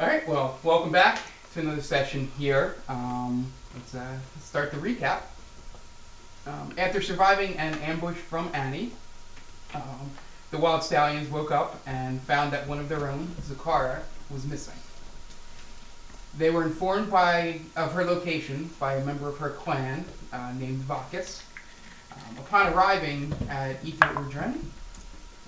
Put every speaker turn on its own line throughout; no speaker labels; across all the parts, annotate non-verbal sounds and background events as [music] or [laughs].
right, well, welcome back to another session here. Um, let's, uh, let's start the recap. Um, after surviving an ambush from Annie, um, the Wild Stallions woke up and found that one of their own, Zakara, was missing. They were informed by of her location by a member of her clan uh, named Vakis. Um, upon arriving at Ether Urdren,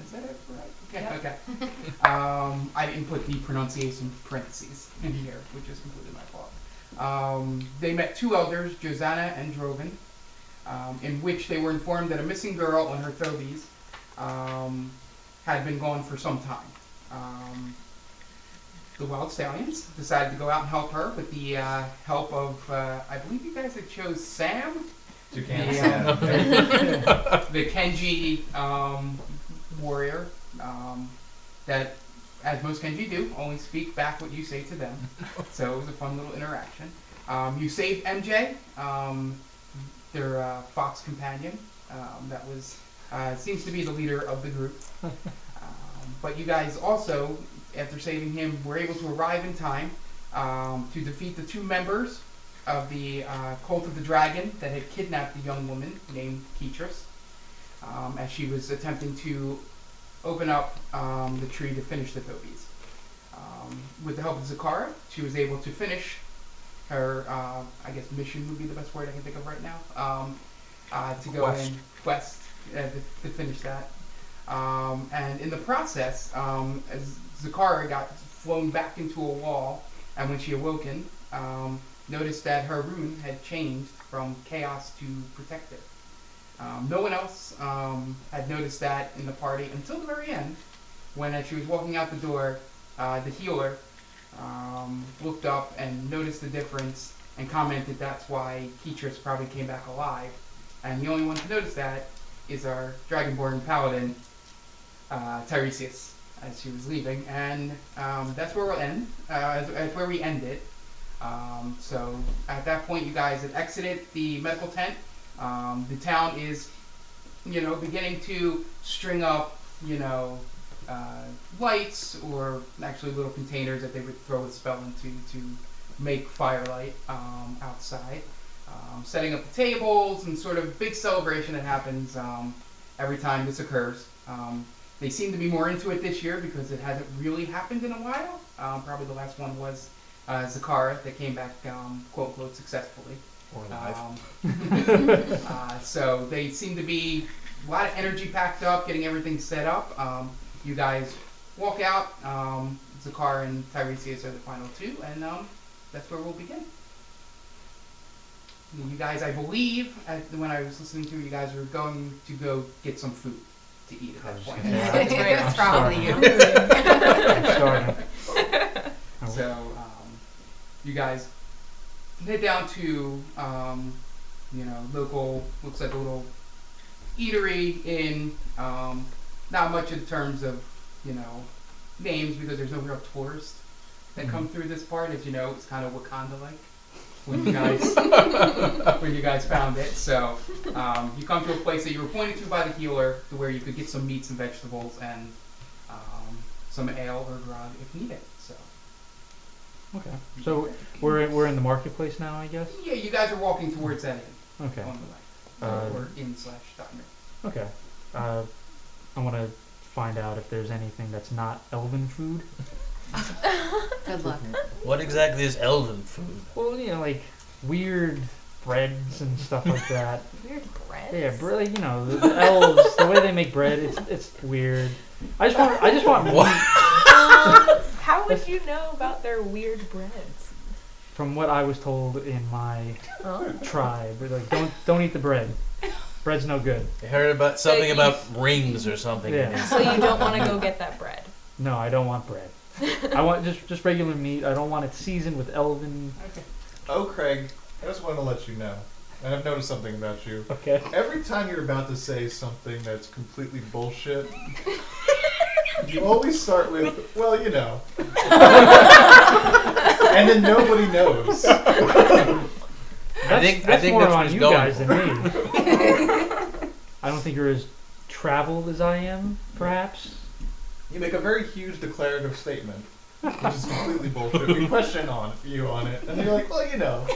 is that it? Right? Yeah,
Yep.
okay. Um, I didn't put the pronunciation parentheses in here, which is completely my fault. Um, they met two elders, Josanna and Droven, um, in which they were informed that a missing girl and her thobies um, had been gone for some time. Um, the Wild Stallions decided to go out and help her with the uh, help of, uh, I believe you guys had chose Sam, Yeah.
[laughs]
the Kenji um, warrior um, that, as most Kenji do, only speak back what you say to them. so it was a fun little interaction. Um, you saved MJ, um, their uh, fox companion. Um, that was uh, seems to be the leader of the group. um, but you guys also, after saving him, were able to arrive in time um, to defeat the two members of the uh, cult of the dragon that had kidnapped the young woman named Ketris um, as she was attempting to open up um, the tree to finish the Thobies. Um, with the help of Zakara, she was able to finish her, uh, I guess, mission would be the best word I can think of right now, um, uh, to go
Quest.
and quest uh, to, to finish that. Um, and in the process, um, as Zakara got flown back into a wall, and when she awoken, um, noticed that her rune had changed from chaos to protective. Um, no one else um, had noticed that in the party until the very end, when as she was walking out the door, uh, the healer um, looked up and noticed the difference and commented that's why Ketris probably came back alive. And the only one to notice that is our Dragonborn Paladin, uh, Tiresias, as she was leaving. And um, that's where we'll end. Uh, that's- that's where we end it. Um, so at that point, you guys had exited the medical tent. Um, the town is, you know, beginning to string up, you know, uh, lights or actually little containers that they would throw a spell into to make firelight um, outside. Um, setting up the tables and sort of big celebration that happens um, every time this occurs. Um, they seem to be more into it this year because it hasn't really happened in a while. Um, probably the last one was uh, Zakara that came back, um, quote unquote, successfully.
Or live.
Um, uh, so they seem to be a lot of energy packed up, getting everything set up. Um, you guys walk out. Um, Zakar and Tiresias are the final two, and um, that's where we'll begin. You guys, I believe, at, when I was listening to you, you guys were going to go get some food to eat at
I
that
was
point.
gonna
[laughs]
say,
That's right.
[laughs]
I'm
It's probably
sorry.
you.
[laughs] I'm sorry. I
So um, you guys head down to um, you know local looks like a little eatery in um, not much in terms of you know names because there's no real tourists that come through this part as you know it's kind of Wakanda like when you guys when you guys found it so um, you come to a place that you were pointed to by the healer to where you could get some meats and vegetables and um, some ale or grog if needed so
Okay. So we're in, we're in the marketplace now, I guess.
Yeah, you guys are walking towards that end
Okay.
Um,
on the
Uh,
right. or in slash diner.
Okay. Uh, I want to find out if there's anything that's not elven food.
Good luck.
What exactly is elven food?
Well, you know, like weird breads and stuff like
[laughs]
that.
Weird bread.
yeah, bre- like, you know, the, the elves, the way they make bread, it's it's weird. I just want I just want
What?
Um, How would you know about their weird breads?
from what I was told in my
Oh.
tribe. They're like, don't don't eat the bread. Bread's no good.
I heard about something
Like-
about rings or something.
Yeah.
So you don't want to go get that bread.
No, I don't want bread. I want just just regular meat. I don't want it seasoned with elven.
Okay.
Oh, Craig, I just want to let you know. And I've noticed something about you.
Okay.
Every time you're about to say something that's completely bullshit, you always start with, well, you know. [laughs] and then
[laughs]
nobody knows.
That's,
think- I
that's
think
more
that's what
on
he's
you
going
guys than me. I don't think you're as traveled as I am, perhaps.
You make a very huge declarative statement, which is completely bullshit. We question on you on it, and you're like, well, you know,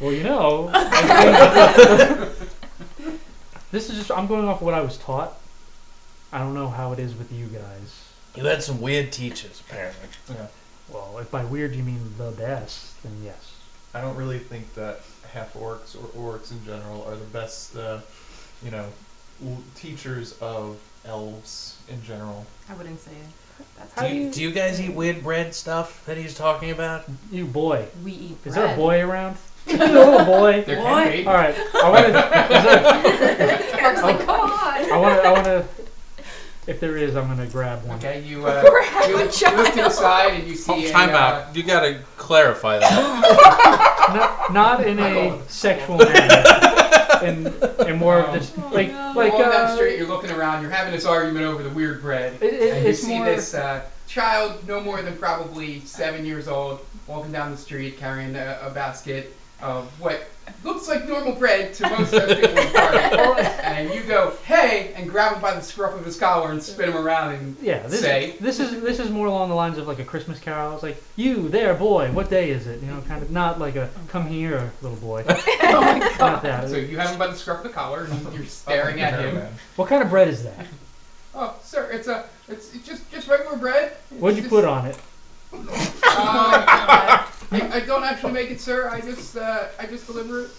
Well, you know, I think- this is just, I'm going off what I was taught. I don't know how it is with you
[laughs]
guys.
You had some weird teachers, apparently.
yeah.
Well, if by weird you mean the best, then yes.
I don't really think that half orcs or orcs in general are the best, uh, you know, l- teachers of elves in general.
I wouldn't say that's
How
Do you, do you guys eat weird bread stuff that he's talking about?
You boy.
We eat bread.
Is there
[laughs]
a boy around? Little boy.
There
What?
can be.
All right. I want
[laughs]
to.
Mark's like, come on.
Oh, I want to. I want to. If there is, I'm gonna grab one.
Okay, you uh, you look you look to the side and you
Oh,
see a,
time
uh,
out. You gotta clarify [laughs] that.
Not, not in
I
a
love it. [laughs]
sexual manner. In, in more of just like
no.
like
walking down the
uh,
street, you're looking around, you're having this argument over the weird bread,
it, it,
and you
it's
see
more.
this uh, child, no more than probably seven years old, walking down the street carrying a, a basket of what looks like normal bread to most of the people in the party. And you go, hey, and grab him by the scruff of his collar and spin him around and
Yeah, this,
say.
this is this is more along the lines of like a Christmas carol. It's like you there, boy. What day is it? You know, kind of not like a come here,
[laughs]
little boy. [laughs] not that.
So you have him by the scruff of the collar and you're staring at
Hairy
him.
[laughs] man.
What kind of bread is that?
Oh, sir, it's a, it's it's just just regular bread.
What'd you put on it?
Uh,
God.
I, I don't actually make it, sir. I just uh, I just deliver it.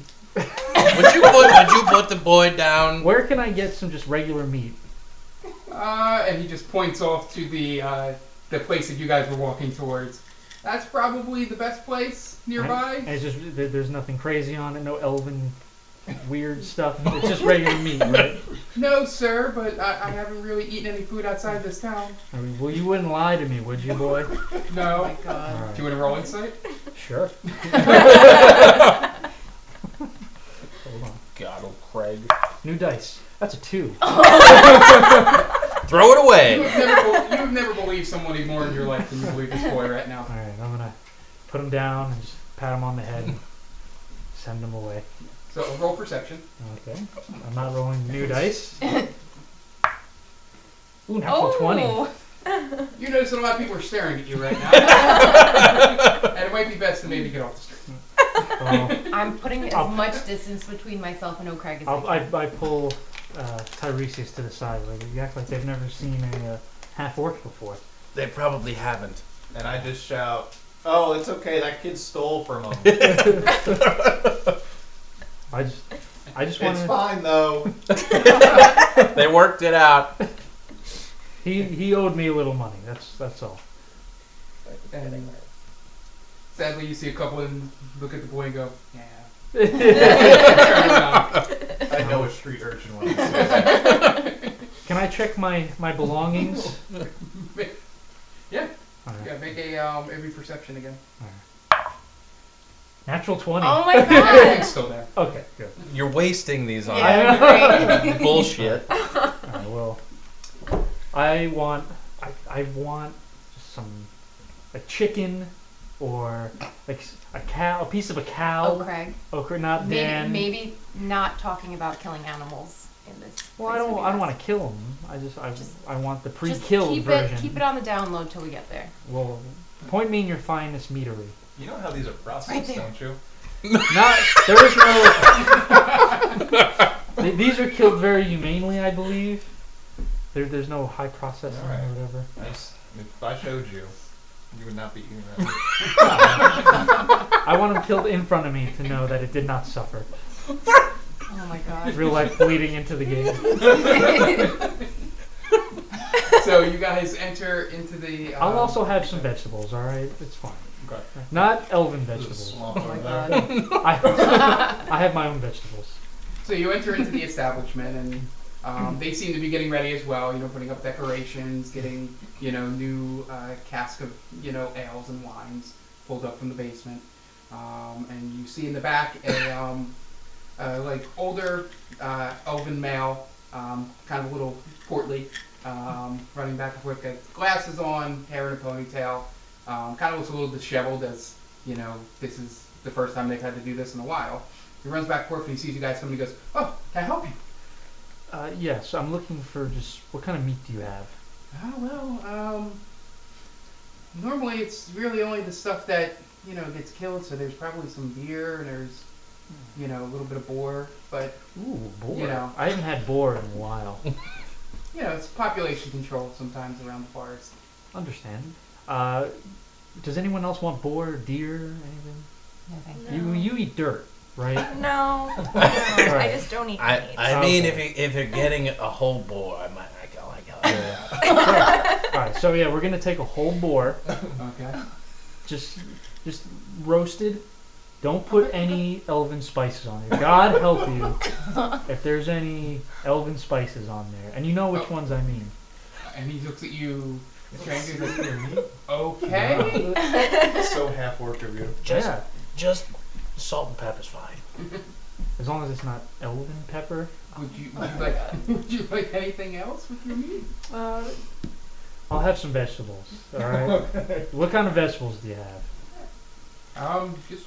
would you put would you put the boy down?
Where can I get some just regular meat?
Uh, and he just points off to the uh, the place that you guys were walking towards. That's probably the best place
And
nearby.
it's just there- there's nothing crazy on it, no elven weird stuff. It's just regular
[laughs]
meat, right?
No, sir, but I, I haven't really eaten any food outside this town.
I mean, well, you wouldn't lie to me, would you, boy?
Oh
No.
my god.
Do you want to roll insight?
Sure. Hold on.
God, oh Craig.
New dice. That's a two.
Throw it
You
away.
have never you have never believed somebody more in your life than you believe this boy right now.
All right, I'm gonna put him down and just pat him on the head and send him away.
So roll perception.
Okay. I'm not rolling new dice. Ooh, natural
Oh.
Oh. [laughs]
20.
You notice that a lot of people are staring at you right now, and it might be best to maybe get off the street.
Oh,
I'm putting as
I'll-
much distance between myself and O'Craig as
I'll,
I
I,
can.
I pull uh, Tiresias to the side. Like, you act like they've never seen a uh, half orc before.
They probably haven't.
And I just shout, "Oh, it's okay. That kid stole from him.
I just, I just want
it's
to.
fine though."
They worked it out.
He, he owed me a little money. That's that's all.
And sadly, you see a couple of them look at the boy and go, "Yeah."
Can
Turn around.
I know a street urchin when I see him.
I check my my belongings?
Yeah.
All right.
Yeah, make a um, every perception again.
Natural 20.
Oh
[laughs]
my god.
Everything's still there.
Okay, good.
You're wasting these on
Yeah,
[laughs]
great.
[laughs] bullshit.
All right, well, I want I, I want just some a chicken or like s- a cow, a piece of a cow.
O'Craig.
Okay, not
Maybe,
Dan.
maybe not talking about killing animals in this.
Well, I
place
don't
would be
I don't
best.
want to kill them. I just I,
Just-
I want the
Just
pre-killed
keep
version.
It, keep it on the download till we get there.
Well, point me in your finest meatery.
You know how these are
Right
processed,
there.
don't you?
Not there is no. [laughs] Th- These are killed very humanely, I believe. There, there's no high processing
All right.
or whatever.
I s- if I showed you, you would not be eating that.
I want them killed in front of me to know that it did not suffer.
Oh my god.
Real life bleeding into the game.
So you guys enter into the. Um,
I'll also have some vegetables, alright? It's fine.
Okay.
Not elven
There's a
vegetables.
[laughs]
swamp
Oh
over
my
[laughs] there.
god.
I, I [laughs] have my own vegetables.
So you enter into the establishment, and um, they seem to be getting ready as well. You know, putting up decorations, getting you know new uh, cask of you know ales and wines pulled up from the basement, um, and you see in the back a um, uh, like older uh, elven male, um, kind of a little portly, um, running back and forth, got glasses on, hair in a ponytail, um, kind of looks a little disheveled as you know this is the first time they've had to do this in a while. He runs back and forth and he sees you guys coming. He goes, "Oh, can I help you?"
Uh, yes, I'm looking for just what kind of meat do you have?
Oh well, um, normally it's really only the stuff that you know gets killed. So there's probably some deer and there's you know a little bit of boar, but
Ooh, boar.
You know.
I haven't had boar in a while.
you know it's population control sometimes around the forest.
Understand. Uh, does anyone else want boar, deer, anything?
No, thank you.
No.
You you eat dirt, right?
No, no, I
[laughs] Right.
just don't eat
I,
meat.
I
Okay.
mean, if, you, if you're getting a whole boar, I might I go, I go.
Yeah.
All right, so yeah, we're gonna take a whole boar,
Okay. [laughs]
just just roasted. Don't put any elven spices on there. God help you if there's any elven spices on there, and you know which ones I mean.
And he looks at you. Stranger looks at
You're
[laughs] Okay.
so half orc of you.
Just,
yeah,
just salt and pepper's fine.
as long as it's not elven pepper.
Would you, would you like [laughs] would you like anything else with your meat?
Uh, I'll have some vegetables. All right. What kind of vegetables do you have?
Um, just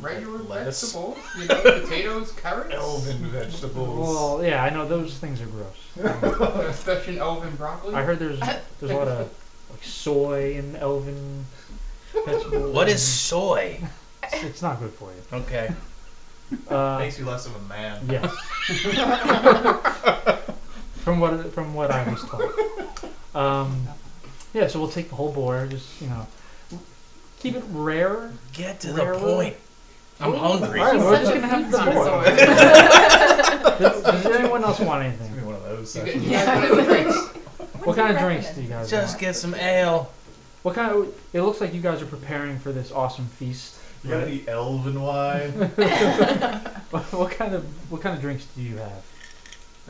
regular
Lettuce.
vegetables, you know, [laughs] potatoes, carrots.
Elven vegetables.
Well, yeah, I know those things are gross.
Uh, Such an elven broccoli.
I heard there's there's a lot of like soy and elven vegetables.
What is soy?
It's, it's not good for you.
Okay.
Uh,
Makes you less of a man.
[laughs] yes. from what from what I was told. Um, yeah, so we'll take the whole boar. Just you know, keep it rare.
Get to
Railroad?
the point. I'm hungry.
All right, we're
such
just
a
gonna have
food
the boar.
dinosaur.
Does, does anyone else want
It's gonna
anything?
be one of those
You
[laughs]
get-
sessions.
you guys want any drinks?
What kind of drinks do you guys
Just
want?
get some ale.
What kind of? It looks like you guys are preparing for this awesome feast. [laughs]
You got any elven wine?
What, what kind of what kind of drinks do you have?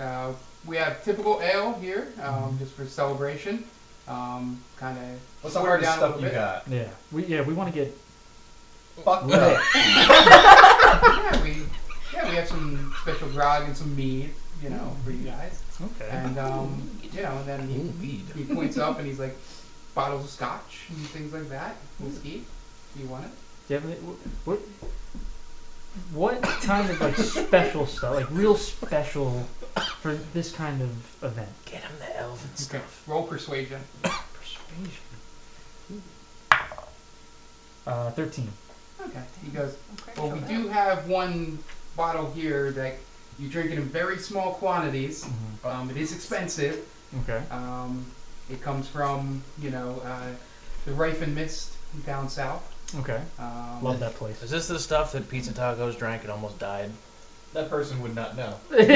Uh, we have typical ale here, um, just for celebration. Um, kind of.
What's the hardest stuff you got?
Yeah, we yeah we want to get
Fuck
lit.
that.
Yeah, we yeah we have some special grog and some mead, you know, for you guys.
Okay.
And um, you know, and then he, he points up and he's like, bottles of scotch and things like that, whiskey. You want it?
Do you have any, what, what kind of like special stuff, like real special for this kind of event?
Get him the elven
Okay.
stuff.
Roll persuasion.
Persuasion. Uh, thirteen.
Okay. He goes. Well, we do have one bottle here that you drink it in very small quantities. Um, it is expensive.
Mm-hmm. Okay.
Um, it comes from, you know, uh, the Rife and Mist down south.
Okay.
Um,
Love that place.
Is this the stuff that Pizza Tacos drank and almost died?
That person would not know.
um,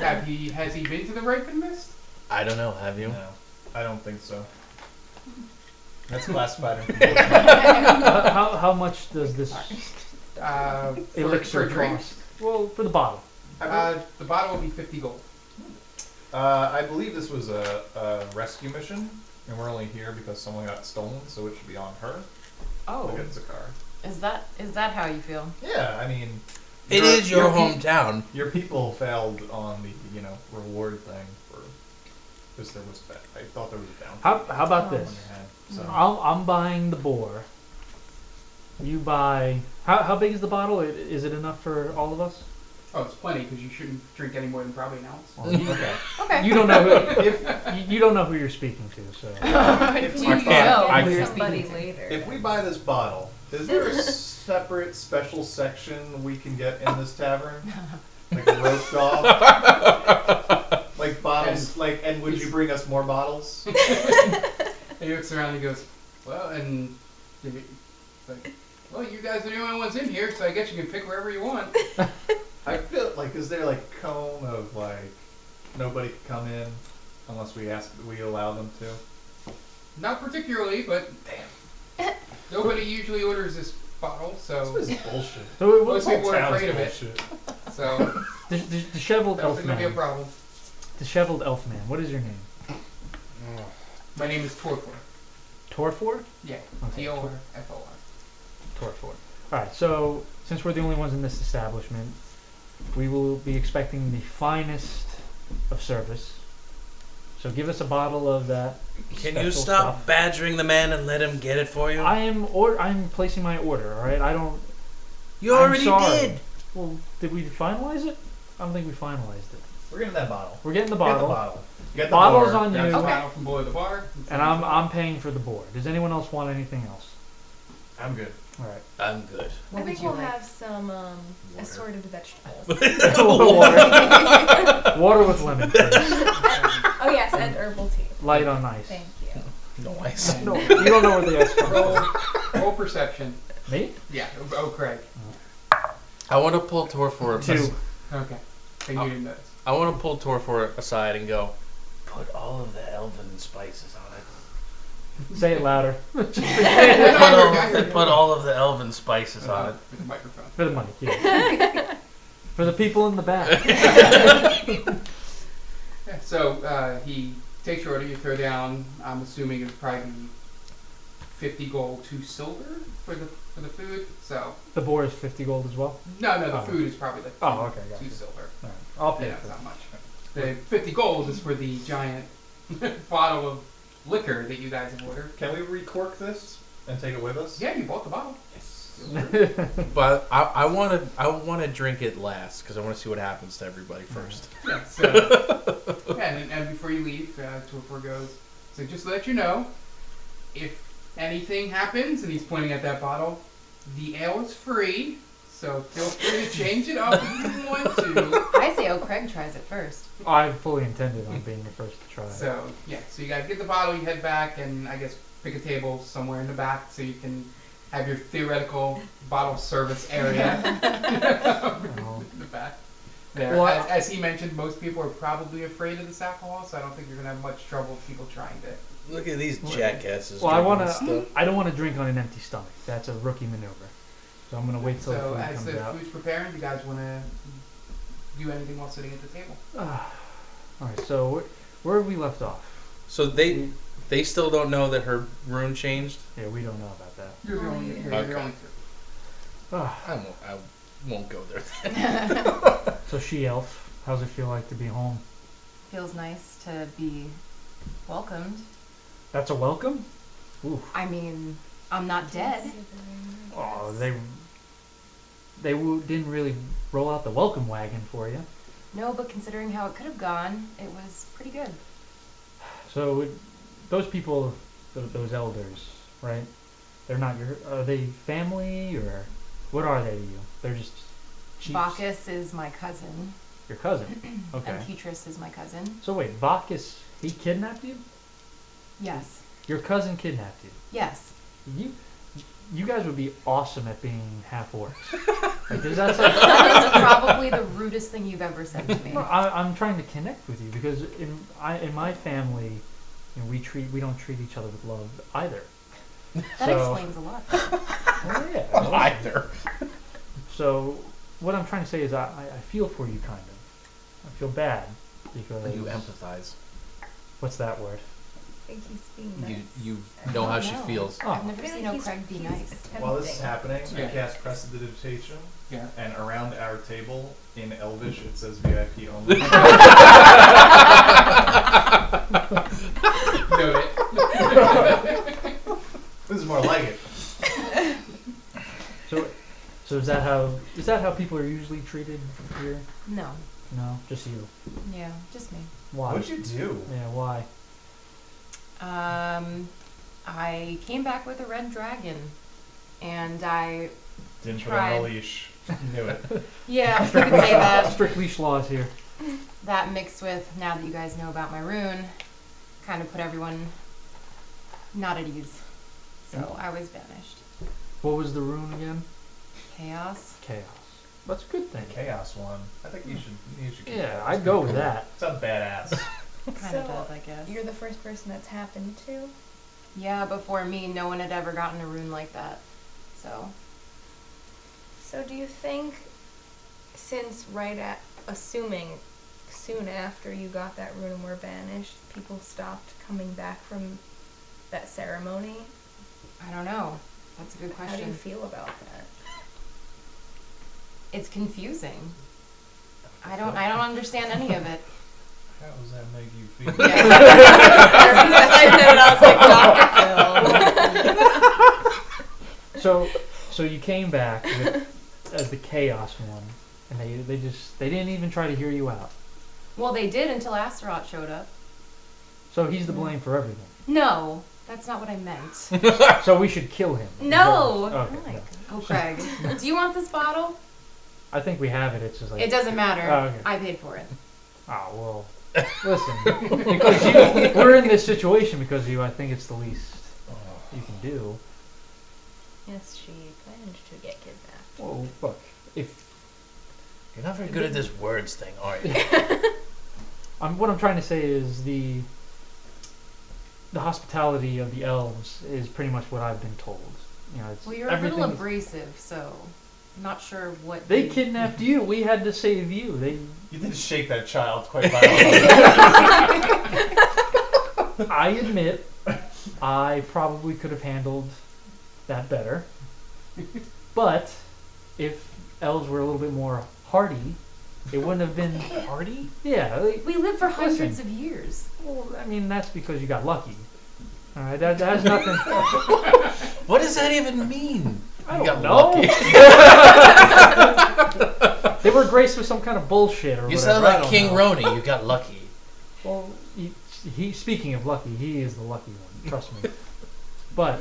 have he, has he been to the Rife and Mist?
I don't know. Have you?
No, I don't think so. That's classified information.
how, how, how much does this
Uh, for, for
elixir
a drink?
cost? Well, for the bottle.
Uh, the bottle will be 50 gold.
Uh, I believe this was a, a rescue mission, and we're only here because someone got stolen, so it should be on her.
Oh,
Look at Zakar.
is that is that how you feel?
Yeah, I mean,
It is your
pe-
hometown.
Your people failed on the you know reward thing for because there was that. I thought there was a down.
How, how about
on
this?
your head, so
I'm, I'm buying the boar. You buy. How, how big is the bottle? I- Is it enough for all of us?
Oh, it's plenty because you shouldn't drink any more than probably an ounce.
okay.
Okay.
You don't know who if, you, you don't know who you're speaking to, so
[laughs]
If
Do
we
you
buy-
know
I can't-
somebody later?
If we buy this bottle, is there a separate special section we can get in this tavern? Like a roast
[laughs]
off? like bottles like and would you bring us more bottles?
And he looks around and he goes, Well, and it's like, Well, you guys are the only ones in here, so I guess you can pick wherever you want.
I feel like is there like cone of like nobody can come in unless we ask we allow them to?
Not particularly, but damn. Nobody usually orders this bottle, so
This is bullshit.
so
Most
what,
people are
Town's
afraid of it,
bullshit.
so
the, the disheveled
that's
elf
gonna be a
man.
problem.
Disheveled elf man. What is your name?
My name is Torpor.
Torfor.
Yeah,
Okay.
T O R F O R.
Torfor. All right. So since we're the only ones in this establishment, we will be expecting the finest of service. So give us a bottle of that.
Can you
special
stop
stuff.
badgering the man and let him get it for you?
I am or I'm placing my order. All right. I don't.
you
I'm
already
sorry.
did.
Well, did we finalize it? I don't think we finalized it.
We're getting that bottle.
We're getting the
Get the
bottle,
bottle. Get the
Bottle's
board.
on
Grab
you.
the
Okay.
bottle from below the bar.
and I'm I'm paying for the board. Does anyone else want anything else?
I'm good.
All right.
I'm good.
I think
would you
we'll
like?
have some
Water.
um, assorted vegetables.
[laughs] water. water with lemon. please.
oh yes, and herbal tea.
Light on ice.
Thank you.
No ice.
No, you don't know where the ice comes
Roll,
from.
roll perception.
Me?
Yeah. oh, Oh, Craig.
I want to pull Tor for a
Two.
Okay. Then you
Oh.
didn't
[laughs]
notice.
I want to pull Tor for aside and go. Put all of the elven spices on it.
Say it louder.
I
Put all, [laughs]
heard- I
put all of the elven spices
heard-
on it.
With the microphone.
For the mic, yeah. For the people in the back.
So uh, he takes your order. You throw down. I'm assuming it's probably fifty gold, two silver for the for the food. So
The boar is 50 gold as well.
no, no, the
Oh.
food is probably like two,
Oh, okay, gotcha.
two silver.
All right. I'll
Yeah,
pay
it's
for it.
not much. The fifty gold is for the giant [laughs] bottle of liquor that you guys have ordered.
Can we recork this and take it with us?
Yeah, you bought the bottle.
But I, I want to I want to drink it last because I want to see what happens to everybody first.
Yeah, so, yeah, and, and before you leave, uh, Torpor goes, so just to let you know, if anything happens, and he's pointing at that bottle, the ale is free, so feel free to change it up if you want to.
I say, oh, Craig tries it first.
[laughs] I fully intended on being the first to try it.
So, yeah, so you guys get the bottle, you head back, and I guess pick a table somewhere in the back so you can have your theoretical bottle service area [laughs] in the back. There.
Well, I-
as, as he mentioned, most people are probably afraid of this alcohol, so I don't think you're going to have much trouble with people trying to
Look at these jackasses.
Well, I
drinking
want
this
to.
stuff.
I don't want to drink on an empty stomach. That's a rookie maneuver. So I'm gonna wait
So
till the food
as
comes
the
out.
food's preparing, you guys want to do anything while sitting at the table?
[sighs] All right. So where, where have we left off?
So they they still don't know that her rune changed.
Yeah, we don't know about that. [sighs]
You're the
Oh,
only,
yeah.
you're the
Okay.
only two.
Ah,
I won't. I won't go there.
so she elf. How's it feel like to be home?
Feels nice to be welcomed.
That's a welcome. Ooh.
I mean, I'm not dead.
Oh, they. They w- didn't really roll out the welcome wagon for you.
No, but considering how it could have gone, it was pretty good.
So it- those people, tho- those elders, right? They're not your. Are they family or what are they to you? They're just. chiefs?
Bacchus is my cousin,
Your cousin. Okay.
and Petrus is my cousin.
So wait, Bacchus, he kidnapped you?
Yes,
Your cousin kidnapped you.
yes.
You you guys would be awesome at being half orcs. like, does that sound-
That is probably the rudest thing you've ever said to me.
No, I, I'm trying to connect with you because in I in my family, you know, we treat we don't treat each other with love
[laughs]
either.
That
so-
explains a lot.
Oh, yeah.
[laughs] Either.
So what I'm trying to say is I, I, I feel for you kind of. I feel bad because
You empathize.
what's that word?
I think he's being nice.
You you know how she
No.
feels.
I've
Oh.
never
I feel
seen
like
no
he's-
Craig be
he's
nice.
attempting.
While this is happening, I
Yeah.
cast prestidigitation,
Yeah.
and around our table in Elvish it says VIP only.
[laughs]
Note it.
this is more like it.
So so is that how is that how people are usually treated here?
No,
No, just you.
yeah, just me.
Why?
What'd you do?
Yeah, why?
Um, I came back with a red dragon, and I
Didn't put
Tried.
on a leash. Knew it.
yeah, [laughs] you could
Uh,
say that.
Strict leash laws here.
That mixed with now that you guys know about my rune, kind of put everyone not at ease. So I was banished.
What was the rune again?
Chaos.
Chaos. That's a good thing.
Chaos one. I think you should. You should. keep
Yeah,
that.
I'd go with that.
It's a badass.
Kind of
So,
does, I guess.
You're the first person that's happened to.
Yeah, before me, no one had ever gotten a rune like that. So
So do you think, since right at assuming soon after you got that rune and were banished, people stopped coming back from that ceremony?
I don't know. That's a good
How do you
question.
feel about that?
It's confusing. I don't. I don't understand any of it.
How does that make you feel?
Yeah. [laughs] I said it, I was like, Dr. Phil. [laughs]
So, so you came back with, as the chaos one, and They they just they didn't even try to hear you out.
Well, they did until Astaroth showed up.
So he's
Mm.
to blame for everything.
No, that's not what I meant.
So we should kill him.
[laughs] No.
Okay,
Oh my
no.
God. Oh, Craig, [laughs] do you want this bottle?
I think we have it. It's just like
It doesn't matter.
Oh, okay.
I paid for it.
Oh well. Listen, because you, we're in this situation because of you. I think it's the least you can do.
Yes, she managed to get kidnapped.
Well, look, if
You're not very good at this words thing, are you?
I'm, what I'm trying to say is the the hospitality of the elves is pretty much what I've been told. You know, it's
Well, you're a
everything.
little abrasive, so I'm not sure what
they
you-
kidnapped you. We had to save you. [laughs] They,
You did shake that child quite
[laughs]
violently.
I admit, I probably could have handled that better. But if elves were a little bit more hardy, it wouldn't have been hardy. Yeah, they-
We lived for
Listen.
hundreds of years.
Well, I mean, that's because you got lucky. All right, that, [laughs] that has nothing.
What does that even mean?
I
You
don't
got
know. [laughs] they were graced with some kind of bullshit or
You
whatever.
sound
I
like
don't
King
know.
Roni. You got lucky.
Well, he, he, speaking of lucky, he is the lucky one. Trust me. but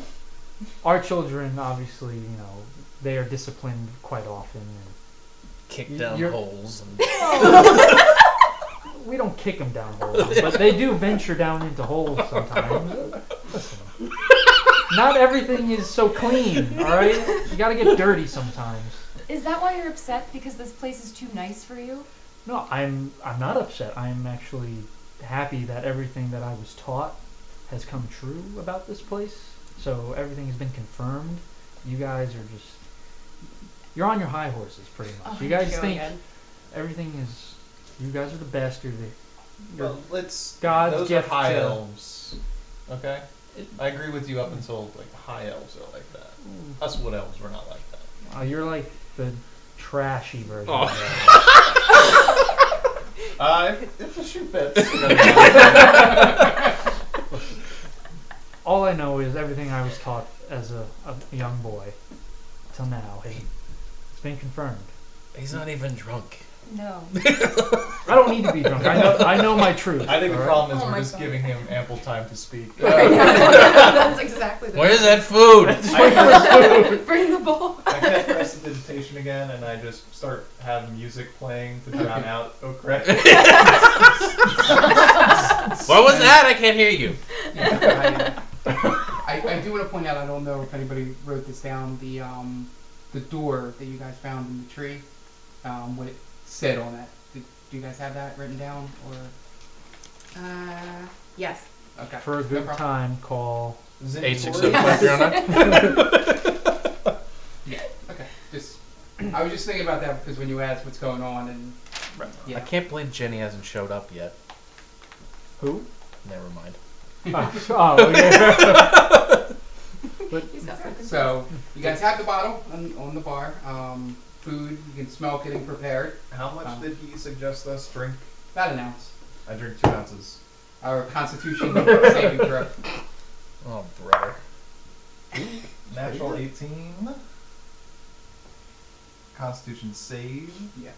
our children, obviously, you know, they are disciplined quite often. And
Kick
You-
down
you're-
holes. [laughs] And...
we don't kick them down holes, but they do venture down into holes sometimes. Listen, not everything is so clean. All right, you got to get dirty sometimes.
Is that why you're upset? Because this place is too nice for you?
No, I'm I'm not upset. I'm actually happy that everything that I was taught has come true about this place. So everything has been confirmed. You guys are just you're on your high horses pretty much. you
here
guys
go
think
Oh, again.
everything is you guys are the best. You're the
Well, let's.
God's
those
gift
are high
to-
elves. Okay. I agree with you up until like high elves are like that.
Mm.
Us wood elves were not like that.
uh, you're like the trashy version.
Oh.
Of that.
Uh, if, if the shoe fits.
[laughs] All I know is everything I was taught as a, a young boy till now. has- It's been confirmed.
He's not even drunk.
[laughs]
No.
I don't need to be drunk. I know I know my truth.
I think the
all right?
problem is
Oh
we're
my
just
God.
giving him ample time to speak.
That's exactly the
Where's that food?
Bring the bowl.
I can't press the digitation again, and I just start have music playing to drown out Okra.
what was that? I can't hear you.
Yeah, I, I, I do want to point out. I don't know if anybody wrote this down. The um, the door that you guys found in the tree, um, what it said on that. Did, do you guys have that written down or?
Uh, yes.
Okay.
For a good
problem.
time, call.
Is it
Eight six
Tori?
seven five zero nine. [laughs]
Yeah. Okay. Just. I was just thinking about that because when you asked what's going on and
I can't believe Jenny hasn't showed up yet.
Who? [laughs]
Never mind.
oh, oh, yeah.
He's got something.
so you guys have the bottle on, on the bar. Um, food. You can smell getting prepared.
How much
Um,
did he suggest us drink?
About an ounce.
I drink two ounces.
Our Constitution saving throw.
Oh, brother.
Natural 18. Constitution save.
Yeah.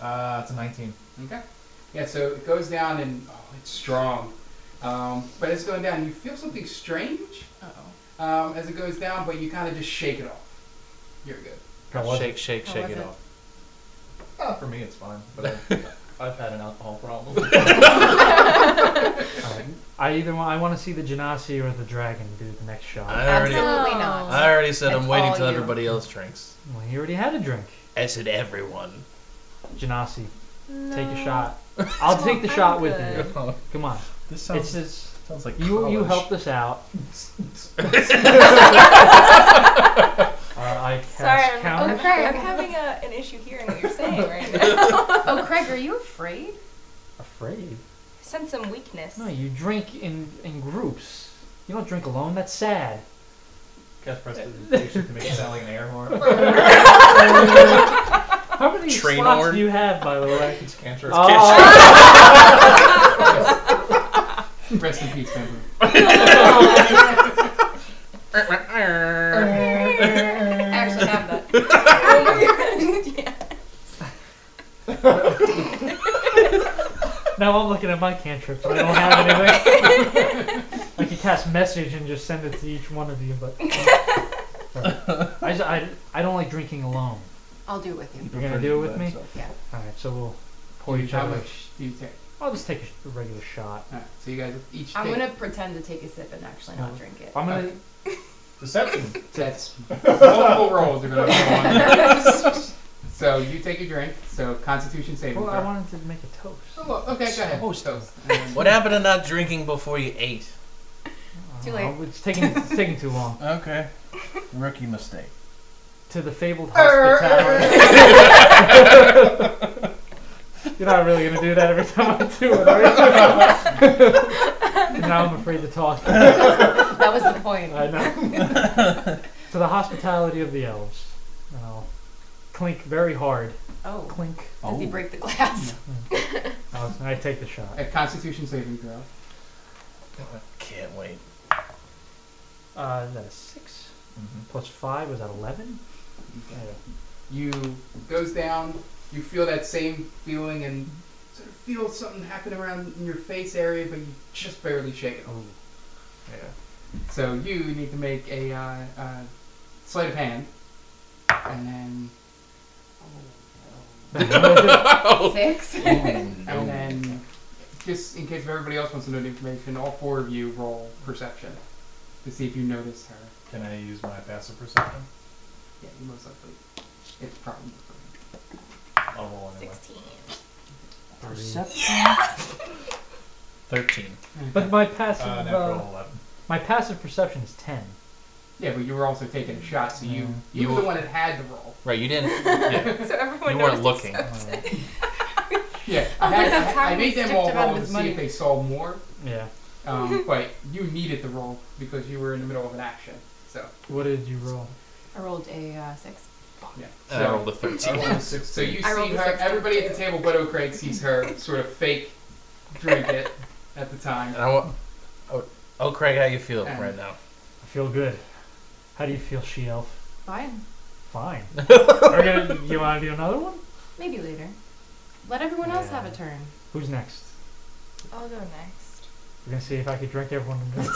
Uh, it's a 19.
Okay. Yeah, so it goes down and oh, it's strong. Um, but it's going down. You feel something strange
Uh-oh.
um, as it goes down, but you kind of just shake it off. You're good.
[laughs] How was
Shake, shake,
How
shake
was
it
it?
off.
Ah, for me, it's fine. But I've, I've had an alcohol problem.
Alright. I either want, I want to see the Genasi or the dragon do the next shot.
I already,
Absolutely
No.
not.
I already said I'm
It's
waiting
all
till
you.
everybody else drinks.
well, he already had a drink.
I said everyone.
Genasi, take a
No. [laughs]
shot. I'll take the
Oh, I'm
shot with
good.
you. Come on.
this
It's just
sounds like
you. You
college.
helped us out. Uh, I cast
Sorry, I'm, oh.
counter.
I'm- I'm having a, an issue hearing what you're saying [laughs] right now.
Oh, Craig, are you afraid?
Afraid?
Sense some weakness.
No, you drink in in groups. You don't drink alone. That's sad.
Cast prestidigitation to make it sound like an air
[laughs]
horn.
How many
Train
slots
horn?
do you have, by
[laughs]
the way?
It's cantrip.
Oh,
Rest in peace, member.
I actually have that.
[laughs] yeah.
Now I'm looking at my cantrips. I don't have anything. I could cast message and just send it to each one of you, but I, just, I, I don't like drinking alone.
I'll do it with you.
You're gonna do it with me.
Yeah.
All right, so we'll pour each
How
other.
much do you take?
I'll just take a, sh- a regular shot.
All right, so you guys each
I'm
take.
gonna pretend to take a sip and actually not drink it.
I'm gonna.
Deception.
[laughs]
That's multiple rolls are gonna be on. So you take a drink. So Constitution saving
Well,
throw.
I wanted to make a toast.
Oh, well, okay, go ahead.
Toast.
[laughs]
Toast. And-
What happened to not drinking before you ate?
Too
Oh,
late.
it's taking it's taking too long.
Okay. Rookie mistake.
To the fabled
Err,
hospitality. You're not really gonna do that every time I do it, are you? now I'm afraid to talk.
That was the
[laughs]
point.
I know. [laughs] to the hospitality of the elves. And I'll clink very hard.
Oh,
Clink.
does he
Oh.
break the glass?
I'll- I take the shot.
A uh, Constitution saving throw.
Can't wait.
Uh, is that a 6 Plus five was that [laughs] eleven?
You goes down. You feel that same feeling and sort of feel something happen around in your face area, but you just barely shake it. off.
Oh,
So you need to make a uh, uh, sleight of hand, and then
Oh.
Six.
and then just in case if everybody else wants to know the information, all four of you roll perception to see if you notice her.
Can I use my passive perception?
Yeah, you most likely. It's probably.
I'll roll anyway.
Sixteen.
perception.
Thirteen.
But my passive,
Uh,
uh,
natural eleven.
my passive perception is ten.
Yeah, but you were also taking a shot, so you you,
You
were
were-
the one that had to roll.
Right, you didn't. [laughs] yeah,
So everyone
you
knows
weren't looking.
Yeah,
[laughs]
I,
Oh,
had,
that's how
I, I
he
made them
stripped
all
him out of
roll to
his
see
money.
if they saw more,
Yeah.
um,
[laughs]
but you needed the roll because you were in the middle of an action. So
What did you roll?
I rolled a uh, six.
yeah,
And I
so,
rolled a
I
thirteen.
rolled a
so you
sixteen.
I rolled
see
a
her.
six,
Everybody at the
too.
table but O'Craig sees her sort of fake drink it at the time.
And I wa- oh, oh, Craig, how you feel
Um,
right now?
I feel good. How do you feel, she elf?
Fine.
[laughs] Fine. Are you, gonna- you want to do another one?
Maybe later. Let everyone else have a turn.
Who's next?
I'll go next.
We're gonna see if I could drink everyone. in this.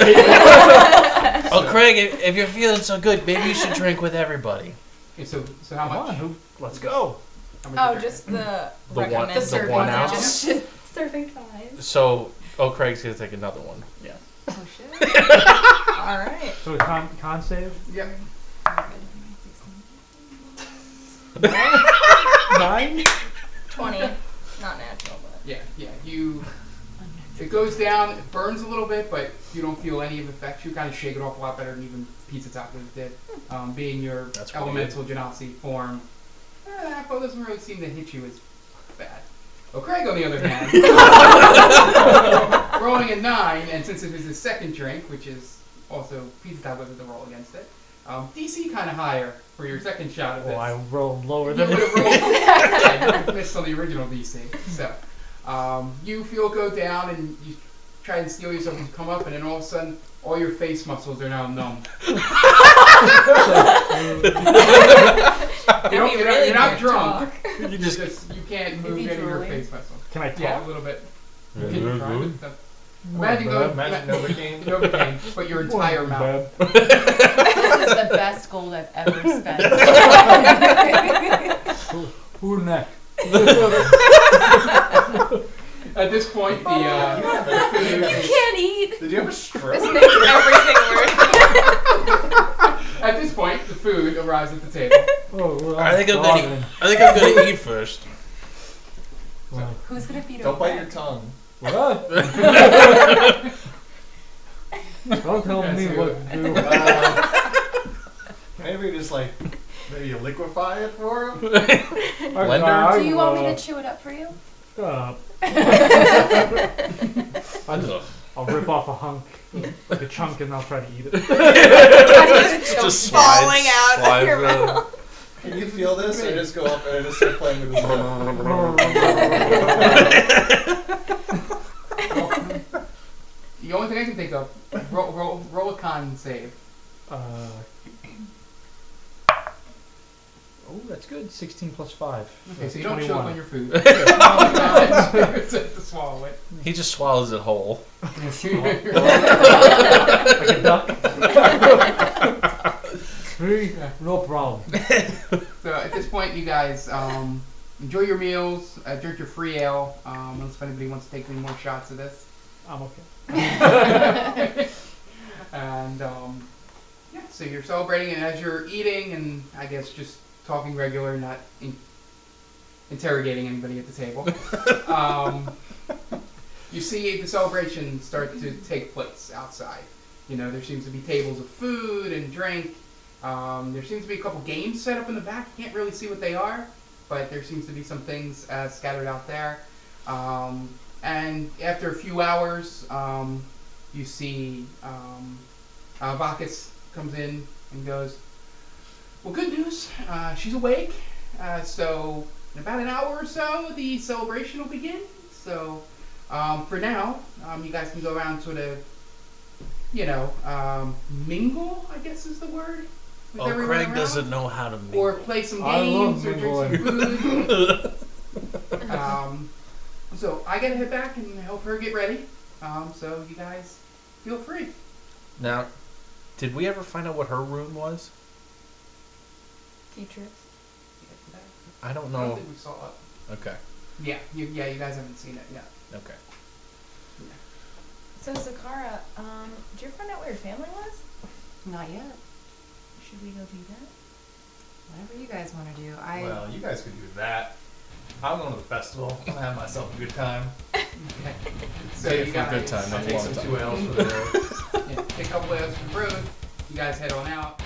Oh, Craig, if, if you're feeling so good, maybe you should drink with everybody.
Okay, so so how
Come on,
much?
who? Let's go.
How much
Oh,
you
just the
The one-
recommended.
the
serving
one
size.
ounce?
Serving [laughs] size.
So, oh, Craig's gonna take another one. Yeah.
Oh shit.
All right.
So con, con save
drink? Yep.
[laughs] nine.
Twenty. Not natural, but
Yeah, yeah. You. It goes down. It burns a little bit, but you don't feel any of the effects. You kind of shake it off a lot better than even pizza tacos did. Um, being your
That's pretty
elemental genasi form, eh, that one doesn't really seem to hit you as bad. Oh, Craig, on the other hand, rolling a nine, and since it is his second drink, which is also pizza tacos is the roll against it, um, DC kind of higher for your second shot of this.
Well, Oh, I rolled lower
You
than
would
this.
have rolled. yeah, you would've missed on the original DC. So, um, you feel go down and you try and steal yourself and come up, and then all of a sudden, all your face muscles are now numb. you don't,
you
you're, not,
really
you're not
can't
drunk.
You
You
just
just you can't
Is
move
he
any of your
drooling?
face muscles.
Can I talk?
Yeah, a little bit. You can try, but the- Imagine
Well,
going.
imagine
ma-
Novocaine.
Novocaine, but your entire mouth.
this is the best gold I've ever spent.
Who next?
At this point, the uh,
[laughs]
you can't eat.
Did you have a
This
stroke?
makes everything worse.
at this point the food arrives at the table.
Oh, well,
I think I'm
starving.
gonna. I think I'm gonna
[laughs]
eat first.
Well,
Who's gonna feed him?
Don't bite your tongue.
[laughs]
well. Don't tell
Yes,
me
you-
what
[laughs]
to do.
Uh, maybe just like maybe you liquefy it for him.
Blender?
Do you want me to chew it up for you?
[laughs]
Uh, I'll, just- I'll rip off a hunk, like a chunk, and I'll try to
[laughs]
eat it.
just falling out of your mouth.
Can you feel this? I just go up and I just start playing with his mouth.
The only thing I can think of, roll, roll, roll a con save.
Uh, Oh, that's good. 16 plus 5.
Okay, so you don't
21.
choke on your food. [laughs] Oh, God. It's to swallow it.
He just swallows it whole.
Like a
[laughs]
duck. [laughs] Really? No problem.
so at this point, you guys um, enjoy your meals, uh, drink your free ale. Um, unless anybody wants to take any more shots of this.
I'm okay.
[laughs] and um, yeah, so you're celebrating, and as you're eating, and I guess just talking regular, not in- interrogating anybody at the table, um, you see the celebration start to take place outside. You know, there seems to be tables of food and drink. Um, there seems to be a couple games set up in the back. You can't really see what they are, but there seems to be some things uh, scattered out there. Um, and after a few hours, um, you see um, uh, Vakis comes in and goes, Well, good news. Uh, she's awake. Uh, so, in about an hour or so, the celebration will begin. So, um, for now, um, you guys can go around sort of, you know, um, mingle, I guess is the word. with
Oh,
everyone
Craig
around.
doesn't know how to make.
Or play some
I love
games or drink some food. Um, so I gotta head back and help her get ready. Um, so you guys feel free.
[laughs] now, did we ever find out what her room was?
Future.
I don't
I don't
know.
think we saw it.
Okay.
Yeah, you, yeah, you guys haven't seen it yet.
Okay.
So Zakara, um, did you find out where your family was?
Not yet.
Should we go do that?
Whatever you guys want to do. I
Well, you guys could do that. I'm going to the festival. I'm gonna have myself a good time.
So
Yeah,
you
for a
guys
good time,
I
That's
take
a lot
some
of
two L's for the road.
yeah, take a couple of from the road. You guys head on out.